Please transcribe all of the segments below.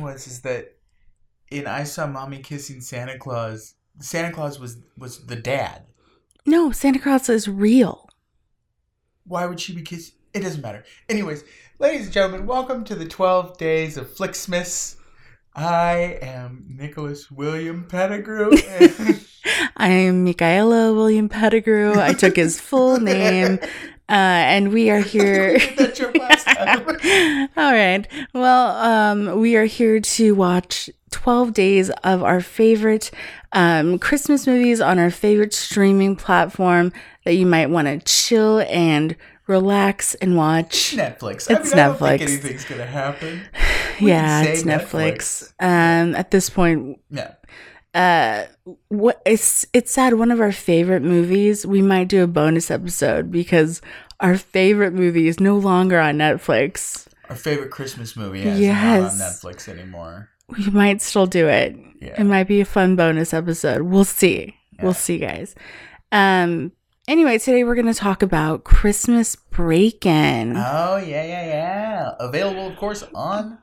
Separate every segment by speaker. Speaker 1: works is that in I Saw Mommy Kissing Santa Claus, Santa Claus was was the dad.
Speaker 2: No, Santa Claus is real.
Speaker 1: Why would she be kissing? It doesn't matter. Anyways, ladies and gentlemen, welcome to the 12 Days of Flicksmiths. I am Nicholas William Pettigrew. and-
Speaker 2: I'm Michaela William Pettigrew. I took his full name. Uh, and we are here.
Speaker 1: We did that joke last time.
Speaker 2: All right. Well, um, we are here to watch 12 days of our favorite um, Christmas movies on our favorite streaming platform that you might want to chill and relax and watch.
Speaker 1: Netflix.
Speaker 2: It's
Speaker 1: I mean, I don't think
Speaker 2: Netflix.
Speaker 1: anything's going to happen. We
Speaker 2: yeah,
Speaker 1: can
Speaker 2: it's
Speaker 1: say
Speaker 2: Netflix. Um, at this point,
Speaker 1: Yeah.
Speaker 2: uh what it's it's sad one of our favorite movies we might do a bonus episode because our favorite movie is no longer on netflix
Speaker 1: Our favorite Christmas movie is
Speaker 2: Yes.
Speaker 1: not on Netflix anymore.
Speaker 2: we might still do it
Speaker 1: Yeah.
Speaker 2: it might be a fun bonus episode we'll see
Speaker 1: Yeah.
Speaker 2: we'll see guys um anyway today we're gonna talk about christmas break-in
Speaker 1: Oh yeah, yeah, yeah. Available, of course, on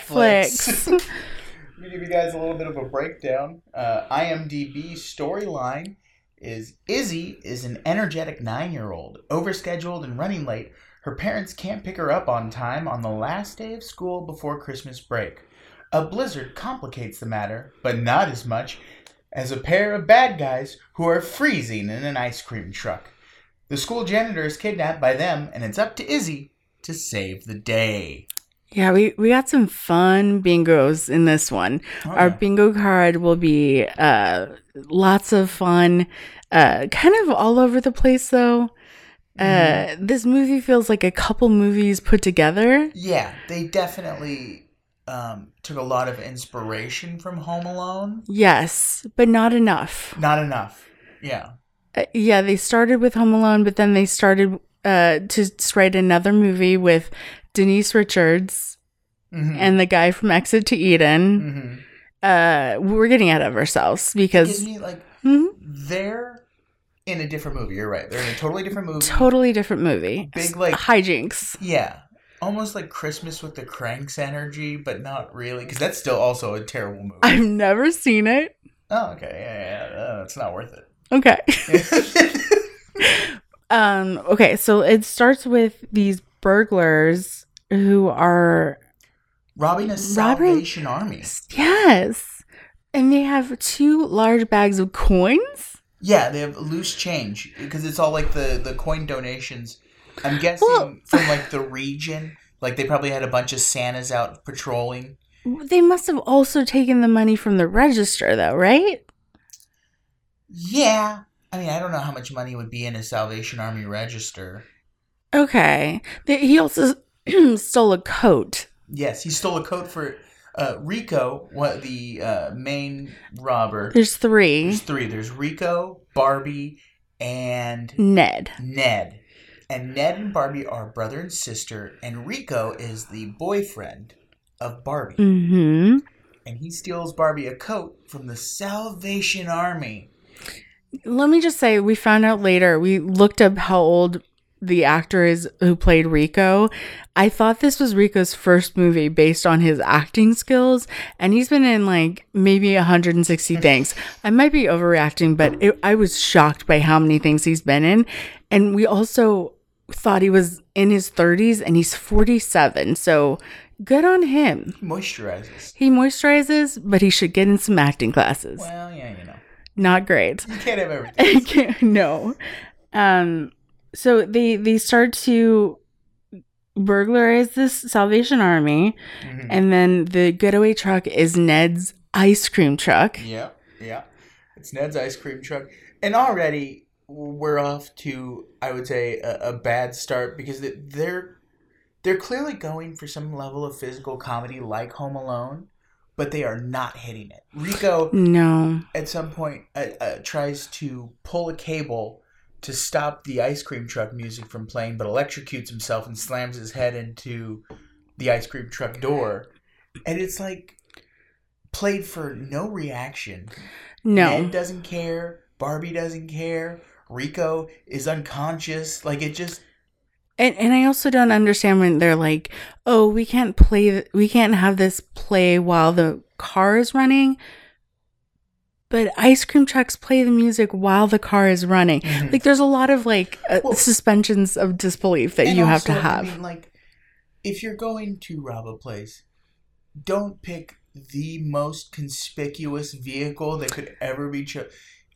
Speaker 2: Netflix.
Speaker 1: Netflix. Let me give you guys a little bit of a breakdown. Uh, IMDb storyline is Izzy is an energetic nine-year-old, overscheduled and running late. Her parents can't pick her up on time on the last day of school before Christmas break. A blizzard complicates the matter, but not as much as a pair of bad guys who are freezing in an ice cream truck. The school janitor is kidnapped by them, and it's up to Izzy to save the day.
Speaker 2: yeah we we got some fun bingos in this one
Speaker 1: Oh,
Speaker 2: Our bingo card will be uh, lots of fun, uh, kind of all over the place though. Uh,
Speaker 1: Mm-hmm.
Speaker 2: This movie feels like a couple movies put together.
Speaker 1: yeah, they definitely um, took a lot of inspiration from Home Alone.
Speaker 2: Yes, but not enough.
Speaker 1: Not enough. Yeah.
Speaker 2: Uh, yeah, they started with Home Alone, but then they started uh, to s- write another movie with Denise Richards
Speaker 1: Mm-hmm.
Speaker 2: and the guy from Exit to Eden.
Speaker 1: Mm.
Speaker 2: Uh, we're getting out of ourselves
Speaker 1: Gives
Speaker 2: because
Speaker 1: me like
Speaker 2: Mhm.
Speaker 1: they're in a different movie. You're right. They're in a totally different movie.
Speaker 2: totally different movie.
Speaker 1: Big, like-
Speaker 2: hijinks.
Speaker 1: Yeah. Almost like Christmas with the Cranks energy, but not really, because that's still also a terrible movie.
Speaker 2: I've never seen it.
Speaker 1: oh, okay. Yeah, yeah, yeah. Uh, it's not worth
Speaker 2: Okay.
Speaker 1: it.
Speaker 2: Um, okay, so it starts with these burglars who are
Speaker 1: Robbing a
Speaker 2: Robbing-
Speaker 1: Salvation Army.
Speaker 2: yes. And they have two large bags of coins?
Speaker 1: Yeah, they have loose change because it's all like the the coin donations. I'm guessing
Speaker 2: Well-
Speaker 1: from like the region, like they probably had a bunch of Santas out patrolling.
Speaker 2: They must have also taken the money from the register though, right?
Speaker 1: Yeah, I mean, I don't know how much money would be in a Salvation Army register.
Speaker 2: Okay. They, he also stole a coat.
Speaker 1: Yes, he stole a coat for uh, Rico, what the uh, main robber.
Speaker 2: There's three.
Speaker 1: There's three. There's Rico, Barbie, and
Speaker 2: Ned.
Speaker 1: Ned. And Ned and Barbie are brother and sister, and Rico is the boyfriend of Barbie.
Speaker 2: Mhm.
Speaker 1: and he steals Barbie a coat from the Salvation Army.
Speaker 2: Let me just say we found out later. We looked up how old the actor is who played Rico. I thought this was Rico's first movie based on his acting skills, and he's been in like maybe 160 things. I might be overreacting, but it, I was shocked by how many things he's been in. And we also thought he was in his 30s, and he's 47. So good on him.
Speaker 1: He moisturizes.
Speaker 2: He moisturizes, but he should get in some acting classes.
Speaker 1: Well, yeah, you know.
Speaker 2: Not great.
Speaker 1: You can't have everything.
Speaker 2: I can't- no. Um, so they they start to burglarize this Salvation Army,
Speaker 1: Mhm.
Speaker 2: and then the getaway truck is Ned's ice cream truck.
Speaker 1: Yeah, yeah. It's Ned's ice cream truck. And already we're off to, I would say, a, a bad start because th- they're they're clearly going for some level of physical comedy like Home Alone, but they are not hitting it. Rico
Speaker 2: No,
Speaker 1: at some point uh, uh, tries to pull a cable to stop the ice cream truck music from playing, but electrocutes himself and slams his head into the ice cream truck door. And it's like played for no reaction.
Speaker 2: no.
Speaker 1: Ned doesn't care. Barbie doesn't care. Rico is unconscious. Like it just
Speaker 2: And and I also don't understand when they're like, "Oh, we can't play th- we can't have this play while the car is running." But ice cream trucks play the music while the car is running.
Speaker 1: Mhm.
Speaker 2: Like there's a lot of like uh,
Speaker 1: Well-
Speaker 2: suspensions of disbelief that
Speaker 1: And
Speaker 2: you have to
Speaker 1: also,
Speaker 2: have.
Speaker 1: I mean, like, if you're going to rob a place, don't pick the most conspicuous vehicle that could ever be chosen.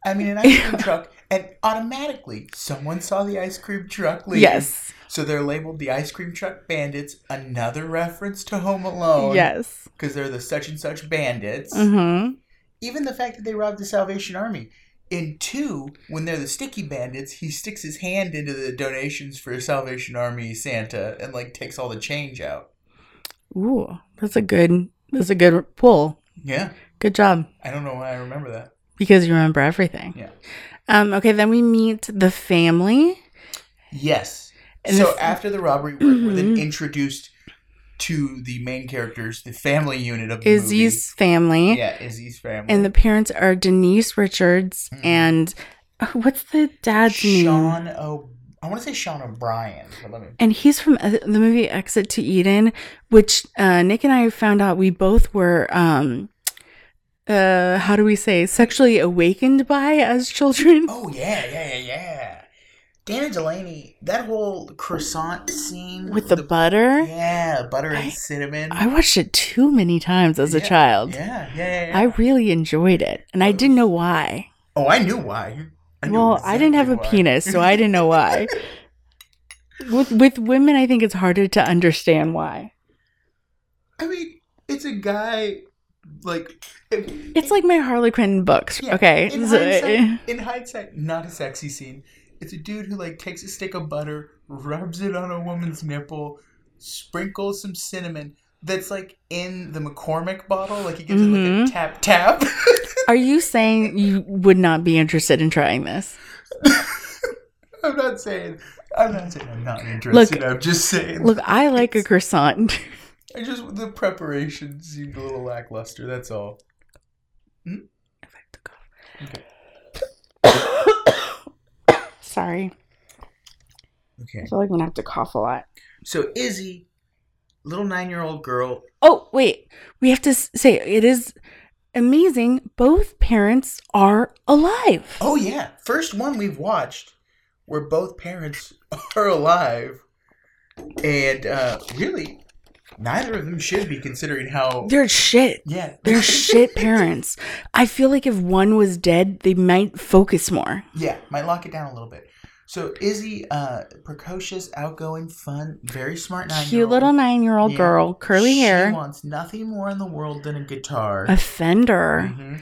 Speaker 1: I mean, an ice cream truck, and automatically someone saw the ice cream truck leave.
Speaker 2: yes.
Speaker 1: So they're labeled the ice cream truck bandits, another reference to Home Alone.
Speaker 2: Yes.
Speaker 1: Because they're the such and such bandits.
Speaker 2: Mhm.
Speaker 1: Even the fact that they robbed the Salvation Army. In two, when they're the sticky bandits, he sticks his hand into the donations for Salvation Army Santa and like takes all the change out.
Speaker 2: Ooh, that's a good that's a good pull.
Speaker 1: Yeah.
Speaker 2: Good job.
Speaker 1: I don't know why I remember that.
Speaker 2: Because you remember everything.
Speaker 1: Yeah.
Speaker 2: Um, okay, then we meet the family.
Speaker 1: Yes.
Speaker 2: And
Speaker 1: so
Speaker 2: this-
Speaker 1: after the robbery, we're, we're then
Speaker 2: Mhm.
Speaker 1: introduced to the main characters, the family unit of the
Speaker 2: Izzy's family.
Speaker 1: movie. Yeah, Izzy's family.
Speaker 2: And the parents are Denise Richards
Speaker 1: Mhm.
Speaker 2: and oh, what's the dad's name?
Speaker 1: Sean O. I want to say Sean O'Brien, but let me.
Speaker 2: And he's from uh, the movie Exit to Eden, which uh, Nick and I found out we both were, um, uh, how do we say, sexually awakened by as children.
Speaker 1: Oh yeah, yeah, yeah, yeah. Dana Delaney, that whole croissant scene
Speaker 2: With the, butter.
Speaker 1: yeah, butter and
Speaker 2: I-
Speaker 1: cinnamon.
Speaker 2: I watched it too many times as a
Speaker 1: Yeah,
Speaker 2: child.
Speaker 1: Yeah, yeah, yeah. yeah.
Speaker 2: I really enjoyed it, and I didn't know why.
Speaker 1: oh, I knew why. knew
Speaker 2: well, I didn't have
Speaker 1: exactly
Speaker 2: a
Speaker 1: why.
Speaker 2: penis, so I didn't know why. with with women, I think it's harder to understand why.
Speaker 1: I mean, it's a guy like.
Speaker 2: It's like my Harley Quinn books.
Speaker 1: Yeah,
Speaker 2: okay,
Speaker 1: In,
Speaker 2: so-
Speaker 1: hindsight, in hindsight, not a sexy scene. It's a dude who like takes a stick of butter, rubs it on a woman's nipple, sprinkles some cinnamon. That's like in the McCormick bottle. Like he gives it like a
Speaker 2: Mhm.
Speaker 1: tap tap.
Speaker 2: are you saying you would not be interested in trying this?
Speaker 1: I'm not saying. I'm not saying I'm not interested. I'm just saying.
Speaker 2: Look, I like a croissant.
Speaker 1: I just the preparation seemed a little lackluster. That's all.
Speaker 2: Sorry,
Speaker 1: Okay.
Speaker 2: I feel like I'm gonna have to cough a lot.
Speaker 1: So Izzy, little nine-year-old girl.
Speaker 2: Oh wait, we have to s- say it is amazing. Both parents are alive.
Speaker 1: Oh yeah, first one we've watched where both parents are alive, and uh, really, neither of them should be considering how.
Speaker 2: They're shit.
Speaker 1: Yeah,
Speaker 2: They're shit parents. I feel like if one was dead, they might focus more.
Speaker 1: Yeah, might lock it down a little bit. So Izzy, uh, precocious, outgoing, fun, very smart nine-year-old.
Speaker 2: Cute little nine year old
Speaker 1: Yeah.
Speaker 2: girl, curly
Speaker 1: She
Speaker 2: hair,
Speaker 1: wants nothing more in the world than a guitar.
Speaker 2: a fender.
Speaker 1: Mhm.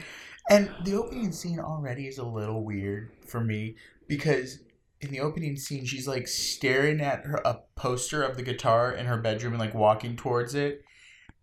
Speaker 1: And the opening scene already is a little weird for me because in the opening scene she's like staring at her a poster of the guitar in her bedroom and like walking towards it.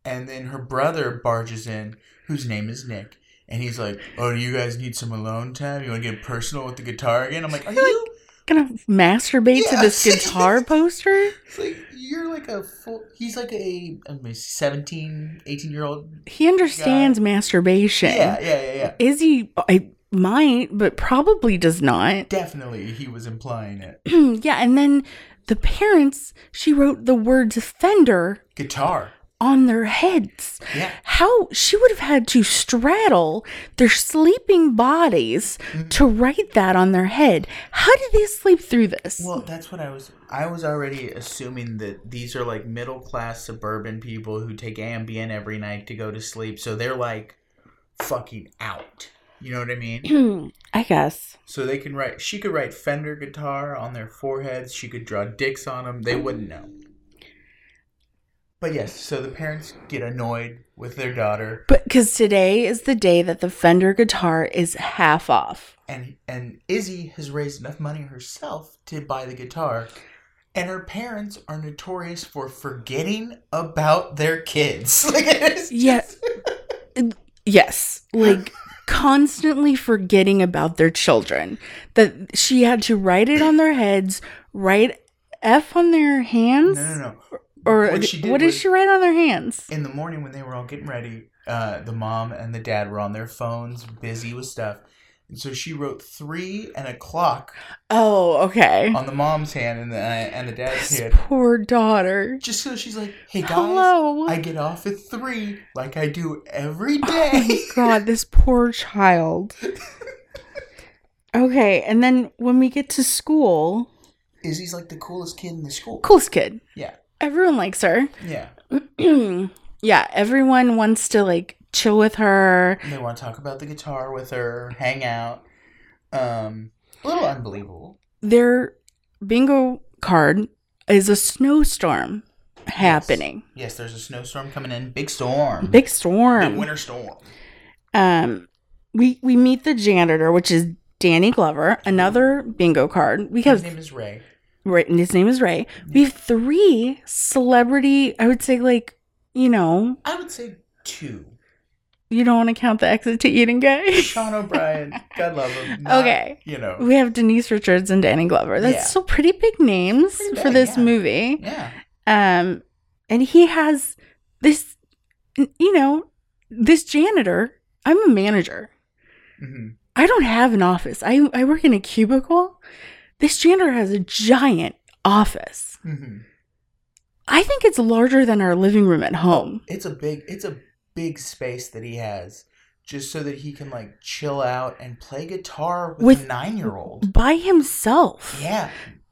Speaker 1: And then her brother barges in, whose name is Nick, and he's like, "Oh, do you guys need some alone time? You want to get personal with the guitar again?" I'm like, "Are you?"
Speaker 2: Gonna masturbate to this
Speaker 1: Yes.
Speaker 2: guitar poster?
Speaker 1: It's like you're like a full. He's like a, a 17, 18 year old.
Speaker 2: He understands masturbation.
Speaker 1: Yeah, yeah, yeah, yeah.
Speaker 2: Izzy, I might, but probably does not.
Speaker 1: Definitely, he was implying it.
Speaker 2: yeah, and then the parents, she wrote the words fender
Speaker 1: Guitar.
Speaker 2: on their heads.
Speaker 1: Yeah.
Speaker 2: how she would have had to straddle their sleeping bodies
Speaker 1: Mhm.
Speaker 2: to write that on their head. How did they sleep through this?
Speaker 1: Well, that's what I was. I was already assuming that these are like middle class suburban people who take Ambien every night to go to sleep. So they're like fucking out. You know what I mean?
Speaker 2: I guess.
Speaker 1: So they can write. She could write Fender guitar on their foreheads. She could draw dicks on them. They wouldn't know. But yes, so the parents get annoyed with their daughter,
Speaker 2: But because today is the day that the Fender guitar is half off.
Speaker 1: and and Izzy has raised enough money herself to buy the guitar, and her parents are notorious for forgetting about their kids. Like, it's
Speaker 2: Yeah.
Speaker 1: just-
Speaker 2: Yes. Like constantly forgetting about their children. That she had to write it on their heads, write F on their
Speaker 1: No,
Speaker 2: hands.
Speaker 1: no, no.
Speaker 2: Or
Speaker 1: What she did
Speaker 2: what did
Speaker 1: was-
Speaker 2: she write on their hands?
Speaker 1: In the morning when they were all getting ready, uh, the mom and the dad were on their phones, busy with stuff, And so she wrote three and a clock
Speaker 2: Oh, okay.
Speaker 1: on the mom's hand and the, uh, and the dad's
Speaker 2: This
Speaker 1: hand.
Speaker 2: poor daughter.
Speaker 1: Just so she's like, hey guys,
Speaker 2: Hello.
Speaker 1: I get off at three like I do every
Speaker 2: Oh my
Speaker 1: day.
Speaker 2: god, this poor child. Okay, and then when we get to school,
Speaker 1: Izzy's like the coolest kid in the school.
Speaker 2: coolest kid.
Speaker 1: Yeah.
Speaker 2: Everyone likes her.
Speaker 1: Yeah.
Speaker 2: yeah, everyone wants to like chill with her.
Speaker 1: They want to talk about the guitar with her, hang out. Um, a little unbelievable.
Speaker 2: Their bingo card is a snowstorm happening.
Speaker 1: Yes, there's a snowstorm coming in. Big storm.
Speaker 2: Big storm.
Speaker 1: Big winter storm.
Speaker 2: um we we meet the janitor which is danny glover another bingo card we
Speaker 1: His
Speaker 2: have
Speaker 1: name is Ray.
Speaker 2: right and his name is ray we have three celebrity i would say like you know
Speaker 1: I would say two.
Speaker 2: you don't want to count the exit to eating gay
Speaker 1: Sean O'Brien. God love him.
Speaker 2: Okay.
Speaker 1: You know.
Speaker 2: we have denise richards and danny glover that's
Speaker 1: Yeah.
Speaker 2: still pretty big names
Speaker 1: Pretty
Speaker 2: for
Speaker 1: big,
Speaker 2: this
Speaker 1: yeah.
Speaker 2: movie
Speaker 1: Yeah.
Speaker 2: um and he has this you know this janitor i'm a manager
Speaker 1: hmm
Speaker 2: I don't have an office. I, I work in a cubicle. This janitor has a giant office.
Speaker 1: hmm
Speaker 2: I think it's larger than our living room at home.
Speaker 1: It's a big. It's a big space that he has, just so that he can like chill out and play guitar with,
Speaker 2: With-
Speaker 1: a nine-year-old.
Speaker 2: By himself.
Speaker 1: Yeah.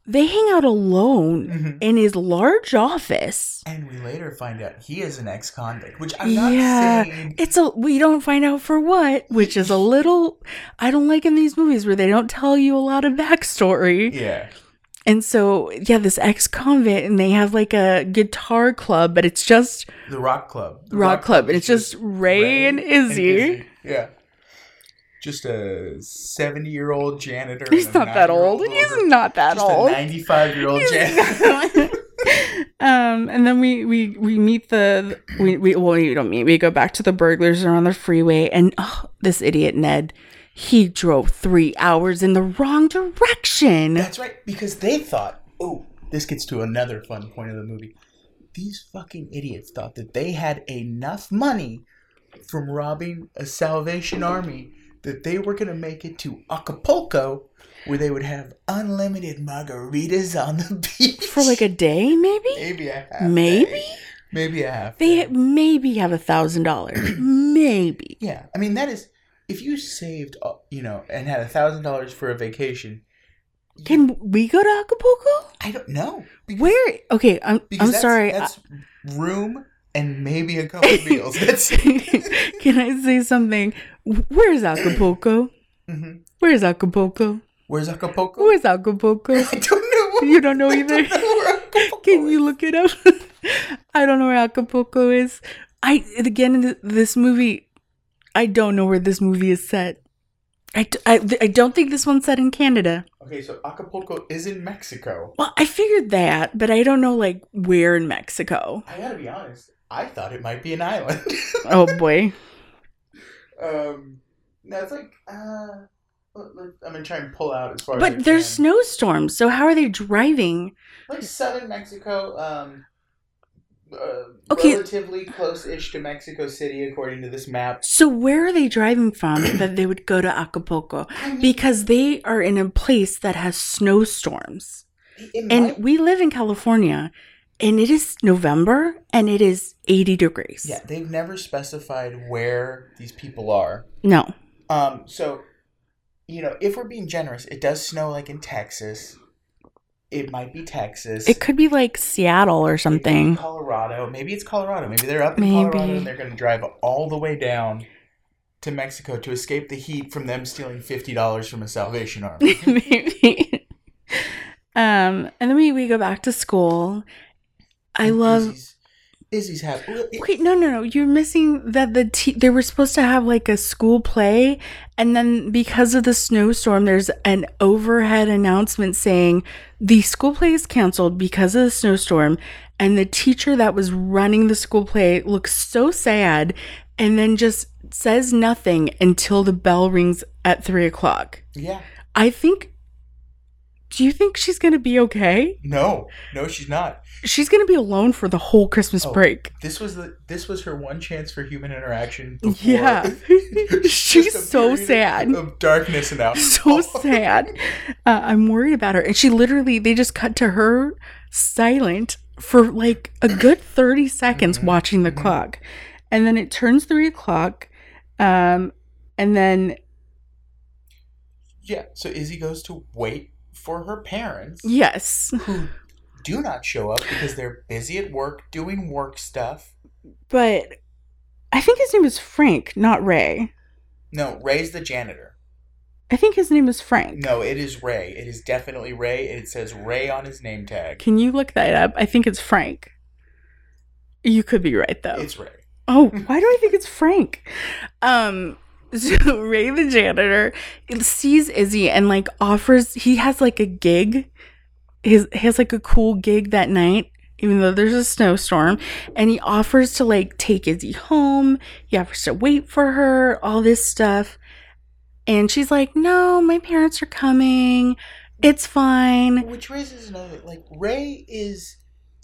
Speaker 2: They hang out alone
Speaker 1: Mhm.
Speaker 2: in his large office.
Speaker 1: And we later find out he is an ex-convict, which I'm not
Speaker 2: Yeah.
Speaker 1: saying.
Speaker 2: It's a we don't find out for what, which is a little I don't like in these movies where they don't tell you a lot of backstory.
Speaker 1: Yeah.
Speaker 2: And so yeah, this ex convent and they have like a guitar club, but it's just
Speaker 1: The rock club. The
Speaker 2: rock, club. And it's
Speaker 1: is
Speaker 2: just Ray, and Izzy.
Speaker 1: Yeah. Just a 70 year old janitor.
Speaker 2: He's
Speaker 1: and a
Speaker 2: not that
Speaker 1: 9-year-old
Speaker 2: old. He's
Speaker 1: over-
Speaker 2: not that
Speaker 1: just
Speaker 2: old.
Speaker 1: a 95 year old
Speaker 2: He's
Speaker 1: janitor.
Speaker 2: not- um, and then we we we meet the we we well we don't meet. We go back to the burglars are on the freeway, and oh, this idiot Ned, he drove three hours in the wrong direction.
Speaker 1: That's right, because they thought, oh, this gets to another fun point of the movie. These fucking idiots thought that they had enough money from robbing a Salvation Army that they were going to make it to Acapulco where they would have unlimited margaritas on the beach.
Speaker 2: For like a day, maybe.
Speaker 1: maybe a half
Speaker 2: Maybe
Speaker 1: day. Maybe a half. day.
Speaker 2: they maybe have a thousand dollars. Maybe.
Speaker 1: Yeah, I mean that is if you saved, uh, you know, and had a thousand dollars for a vacation. you-
Speaker 2: Can we go to Acapulco?
Speaker 1: I don't know because,
Speaker 2: Where? Okay, I'm
Speaker 1: because
Speaker 2: I'm
Speaker 1: that's,
Speaker 2: sorry. I-
Speaker 1: That's room and maybe a couple meals. That's
Speaker 2: Can I say something? Where's Acapulco?
Speaker 1: Mhm.
Speaker 2: Where's Acapulco?
Speaker 1: where's Acapulco?
Speaker 2: Where's Acapulco?
Speaker 1: I don't know.
Speaker 2: You don't know
Speaker 1: I
Speaker 2: either.
Speaker 1: don't know where Acapulco
Speaker 2: Can
Speaker 1: is.
Speaker 2: you look it up? I don't know where Acapulco is. I again, th- this movie, I don't know where this movie is set. I, d- I, th- I don't think this one's set in Canada.
Speaker 1: Okay, so Acapulco is in Mexico.
Speaker 2: Well, I figured that, but I don't know like where in Mexico.
Speaker 1: I gotta be honest. I thought it might be an island.
Speaker 2: Oh boy.
Speaker 1: um, no, it's like uh, let- let- I'm gonna try and pull out as far. as I
Speaker 2: But there's
Speaker 1: can.
Speaker 2: snowstorms, so how are they driving?
Speaker 1: like southern Mexico, um, uh,
Speaker 2: Okay.
Speaker 1: relatively close-ish to Mexico City, according to this map.
Speaker 2: So where are they driving from that they would go to Acapulco?
Speaker 1: I mean,
Speaker 2: Because they are in a place that has snowstorms.
Speaker 1: it
Speaker 2: And
Speaker 1: might-
Speaker 2: we live in California and it is November and it is 80 degrees.
Speaker 1: yeah, they've never specified where these people are.
Speaker 2: No.
Speaker 1: Um, so you know, if we're being generous, it does snow like in Texas. It might be Texas.
Speaker 2: It could be like Seattle
Speaker 1: It
Speaker 2: or
Speaker 1: could be
Speaker 2: something.
Speaker 1: Colorado. Maybe it's Colorado. Maybe they're up in Colorado
Speaker 2: Maybe.
Speaker 1: and they're going to drive all the way down to Mexico to escape the heat from them stealing $50 from a Salvation Army.
Speaker 2: Maybe. Um, and then we, we go back to school. I
Speaker 1: And
Speaker 2: love.
Speaker 1: Izzy's, Izzy's happy. Well, it-
Speaker 2: Wait, no, no, no. You're missing that the te- they were supposed to have like a school play, and then because of the snowstorm, there's an overhead announcement saying the school play is canceled because of the snowstorm, and the teacher that was running the school play looks so sad, and then just says nothing until the bell rings at three o'clock.
Speaker 1: yeah.
Speaker 2: I think do you think she's going to be okay?
Speaker 1: No, no, she's not.
Speaker 2: She's going to be alone for the whole Christmas
Speaker 1: Oh.
Speaker 2: break.
Speaker 1: This was the this was her one chance for human interaction. Before
Speaker 2: Yeah.
Speaker 1: just a
Speaker 2: she's so
Speaker 1: period
Speaker 2: sad.
Speaker 1: Of darkness and out. Oh,
Speaker 2: so sad. Uh, I'm worried about her. And she literally, they just cut to her silent for like a good 30 seconds
Speaker 1: Mhm.
Speaker 2: watching the
Speaker 1: Mhm.
Speaker 2: clock. And then it turns three o'clock. Um, and then,
Speaker 1: Yeah. So Izzy goes to wait for her parents
Speaker 2: yes,
Speaker 1: who do not show up because they're busy at work doing work stuff.
Speaker 2: but I think his name is Frank, not Ray.
Speaker 1: No, Ray's the janitor.
Speaker 2: I think his name is Frank.
Speaker 1: No, it is Ray. It is definitely Ray. It says Ray on his name tag.
Speaker 2: Can you look that up? I think it's Frank. You could be right though.
Speaker 1: It's Ray.
Speaker 2: Oh, why do I think it's Frank? Um, so Ray the janitor sees Izzy and like offers he has like a gig. His he has like a cool gig that night, even though there's a snowstorm, and he offers to like take Izzy home. He offers to wait for her, all this stuff. And she's like, No, my parents are coming. It's fine.
Speaker 1: Which raises another like Ray is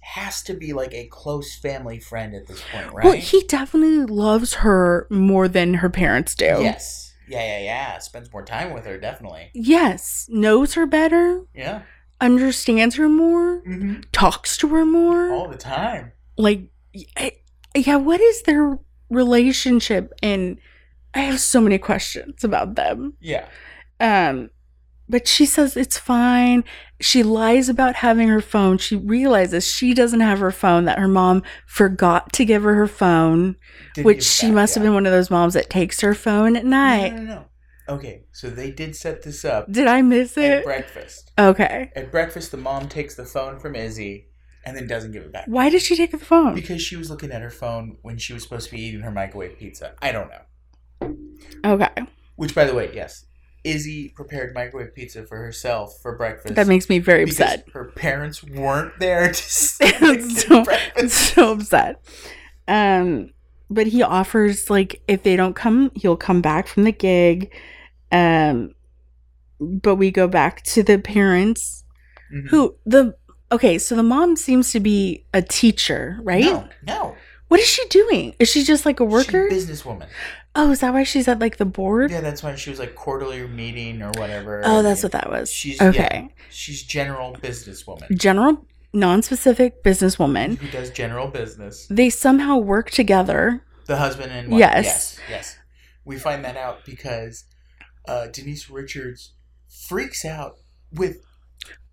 Speaker 1: has to be like a close family friend at this point, right?
Speaker 2: Well, he definitely loves her more than her parents do.
Speaker 1: Yes. Yeah, yeah, yeah. Spends more time with her, definitely.
Speaker 2: Yes, knows her better,
Speaker 1: Yeah.
Speaker 2: understands her more,
Speaker 1: Mm-hmm.
Speaker 2: talks to her more.
Speaker 1: All the time.
Speaker 2: Like, I- yeah, what is their relationship? And I have so many questions about them.
Speaker 1: Yeah.
Speaker 2: Um, but she says it's fine. She lies about having her phone. She realizes she doesn't have her phone, that her mom forgot to give her her phone,
Speaker 1: Didn't
Speaker 2: which
Speaker 1: give
Speaker 2: she
Speaker 1: back,
Speaker 2: must have
Speaker 1: yeah.
Speaker 2: been one of those moms that takes her phone at night.
Speaker 1: No, no, no, no. Okay, so they did set this up
Speaker 2: Did I miss
Speaker 1: at
Speaker 2: it?
Speaker 1: breakfast.
Speaker 2: Okay.
Speaker 1: At breakfast, the mom takes the phone from Izzy and then doesn't give it back.
Speaker 2: Why did she take the phone?
Speaker 1: Because she was looking at her phone when she was supposed to be eating her microwave pizza. I don't know.
Speaker 2: okay.
Speaker 1: Which, by the way, yes, Izzy prepared microwave pizza for herself for breakfast.
Speaker 2: That makes me very
Speaker 1: because
Speaker 2: upset.
Speaker 1: Her parents weren't there to
Speaker 2: So-
Speaker 1: so, breakfast.
Speaker 2: so upset. Um, but he offers like if they don't come, he'll come back from the gig. Um, but we go back to the parents
Speaker 1: Mhm.
Speaker 2: who the okay. So the mom seems to be a teacher, right?
Speaker 1: No, no.
Speaker 2: What is she doing? Is she just like a worker?
Speaker 1: She businesswoman.
Speaker 2: oh, is that why she's at like the board?
Speaker 1: Yeah, that's why she was like quarterly meeting or whatever.
Speaker 2: oh, that's
Speaker 1: Yeah.
Speaker 2: what that was.
Speaker 1: She's- yeah.
Speaker 2: okay,
Speaker 1: She's general businesswoman
Speaker 2: general, non-specific businesswoman.
Speaker 1: who does general business.
Speaker 2: They somehow work together.
Speaker 1: The husband and wife.
Speaker 2: Yes.
Speaker 1: yes, yes. We find that out because uh, Denise Richards freaks out with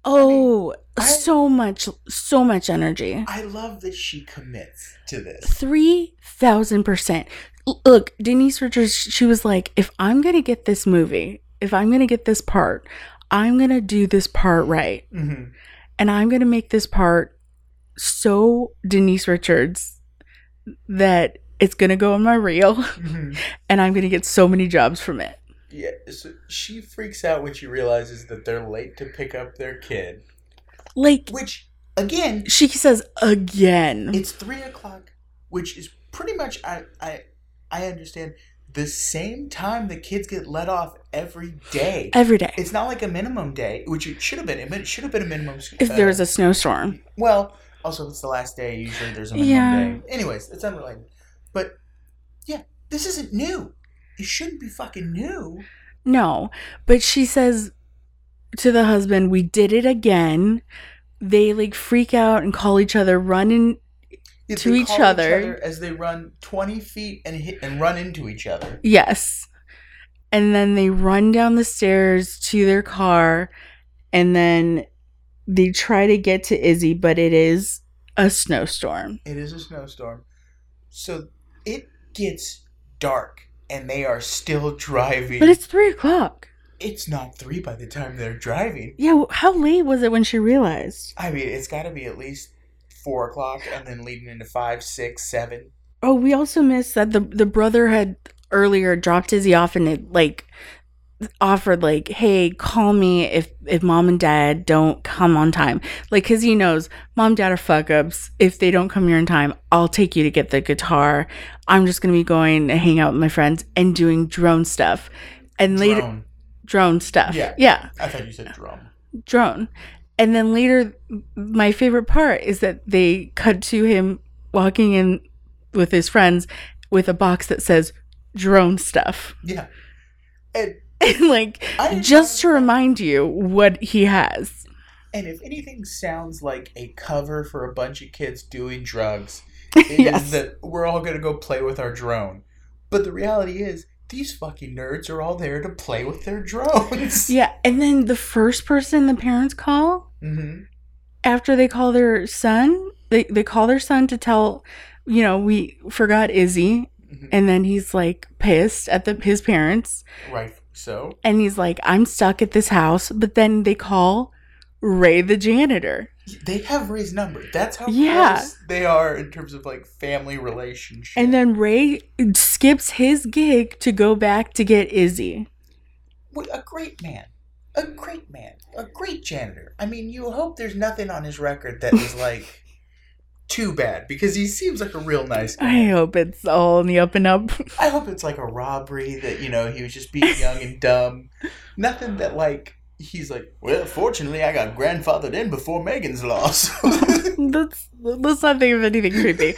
Speaker 2: Oh,
Speaker 1: I-
Speaker 2: so much, so much energy.
Speaker 1: I love that she commits to this.
Speaker 2: 3000%. L- Look, Denise Richards, she was like, if I'm going to get this movie, if I'm going to get this part, I'm going to do this part right.
Speaker 1: Mm-hmm.
Speaker 2: And I'm going to make this part so Denise Richards that it's going to go on my reel
Speaker 1: mm-hmm.
Speaker 2: and I'm going to get so many jobs from it.
Speaker 1: Yeah, so she freaks out when she realizes that they're late to pick up their kid.
Speaker 2: Like,
Speaker 1: Which, again,
Speaker 2: she says again.
Speaker 1: it's three o'clock, which is pretty much I I I understand the same time the kids get let off every day.
Speaker 2: Every day.
Speaker 1: It's not like a minimum day, which it should have been. It should have been a minimum.
Speaker 2: If there was
Speaker 1: uh,
Speaker 2: a snowstorm.
Speaker 1: well, also if it's the last day. Usually there's a minimum
Speaker 2: Yeah.
Speaker 1: day. Anyways, it's unrelated. But yeah, this isn't new. It shouldn't be fucking new.
Speaker 2: No, but she says to the husband, "We did it again." They like freak out and call each other, run and
Speaker 1: Yet
Speaker 2: To
Speaker 1: they
Speaker 2: each
Speaker 1: call
Speaker 2: other.
Speaker 1: as they run twenty feet and hit and run into each other.
Speaker 2: yes, and then they run down the stairs to their car, and then they try to get to Izzy, but it is a snowstorm.
Speaker 1: It is a snowstorm. So it gets dark and they are still driving.
Speaker 2: But it's three o'clock.
Speaker 1: It's not three by the time they're driving.
Speaker 2: Yeah, wh- how late was it when she realized?
Speaker 1: I mean, it's got to be at least four o'clock and then leading into five, six, seven.
Speaker 2: Oh, we also missed that the the brother had earlier dropped Izzy off and it like offered like, "Hey, call me if if mom and dad don't come on time." Like, cause he knows mom, dad are fuck ups. If they don't come here in time, I'll take you to get the guitar. I'm just gonna be going and hang out with my friends and doing drone stuff. And later, drone,
Speaker 1: Drone.
Speaker 2: stuff.
Speaker 1: Yeah.
Speaker 2: yeah.
Speaker 1: I thought you said drum.
Speaker 2: drone. And then later, my favorite part is that they cut to him walking in with his friends with a box that says drone stuff.
Speaker 1: Yeah. And,
Speaker 2: And like,
Speaker 1: I didn't
Speaker 2: just to
Speaker 1: know-
Speaker 2: remind you what he has.
Speaker 1: and if anything sounds like a cover for a bunch of kids doing drugs, it is
Speaker 2: Yes.
Speaker 1: that we're all going to go play with our drone. But the reality is, these fucking nerds are all there to play with their drones.
Speaker 2: Yeah. And then the first person the parents call
Speaker 1: hmm
Speaker 2: after they call their son, they, they call their son to tell, you know, we forgot Izzy.
Speaker 1: Mm-hmm.
Speaker 2: And then he's like pissed at the his parents.
Speaker 1: Right. So,
Speaker 2: And he's like, I'm stuck at this house. But then they call Ray the janitor.
Speaker 1: they have Ray's number. That's how
Speaker 2: Yeah.
Speaker 1: close they are in terms of like family relationship.
Speaker 2: And then Ray skips his gig to go back to get Izzy.
Speaker 1: What a great man. A great man. A great janitor. I mean, you hope there's nothing on his record that is like too bad because he seems like a real nice
Speaker 2: I
Speaker 1: guy.
Speaker 2: hope it's all in the up and up.
Speaker 1: I hope it's like a robbery that, you know, he was just being young and dumb. Nothing that like he's like, well, fortunately I got grandfathered in before Megan's law. So
Speaker 2: let's let's not think of anything creepy.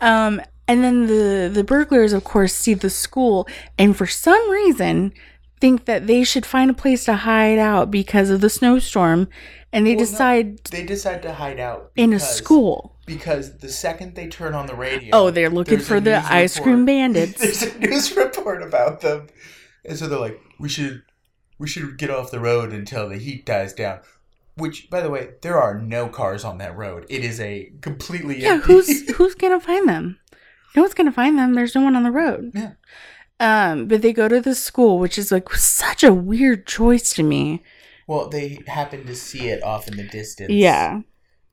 Speaker 2: Um, and then the the burglars, of course, see the school, and for some reason, think that they should find a place to hide out because of the snowstorm, and they
Speaker 1: Well, no.
Speaker 2: decide
Speaker 1: they decide to hide out
Speaker 2: in a
Speaker 1: because-
Speaker 2: school.
Speaker 1: because the second they turn on the radio
Speaker 2: Oh, they're looking
Speaker 1: There's a
Speaker 2: for the
Speaker 1: news
Speaker 2: ice
Speaker 1: report.
Speaker 2: cream bandits.
Speaker 1: There's a news report about them, and so they're like, "We should, we should get off the road until the heat dies down." Which, by the way, there are no cars on that road. It is a completely
Speaker 2: yeah,
Speaker 1: empty-
Speaker 2: who's who's gonna find them? No one's gonna find them. There's no one on the road.
Speaker 1: Yeah.
Speaker 2: Um, but they go to the school, which is like such a weird choice to me.
Speaker 1: well, they happen to see it off in the distance.
Speaker 2: Yeah.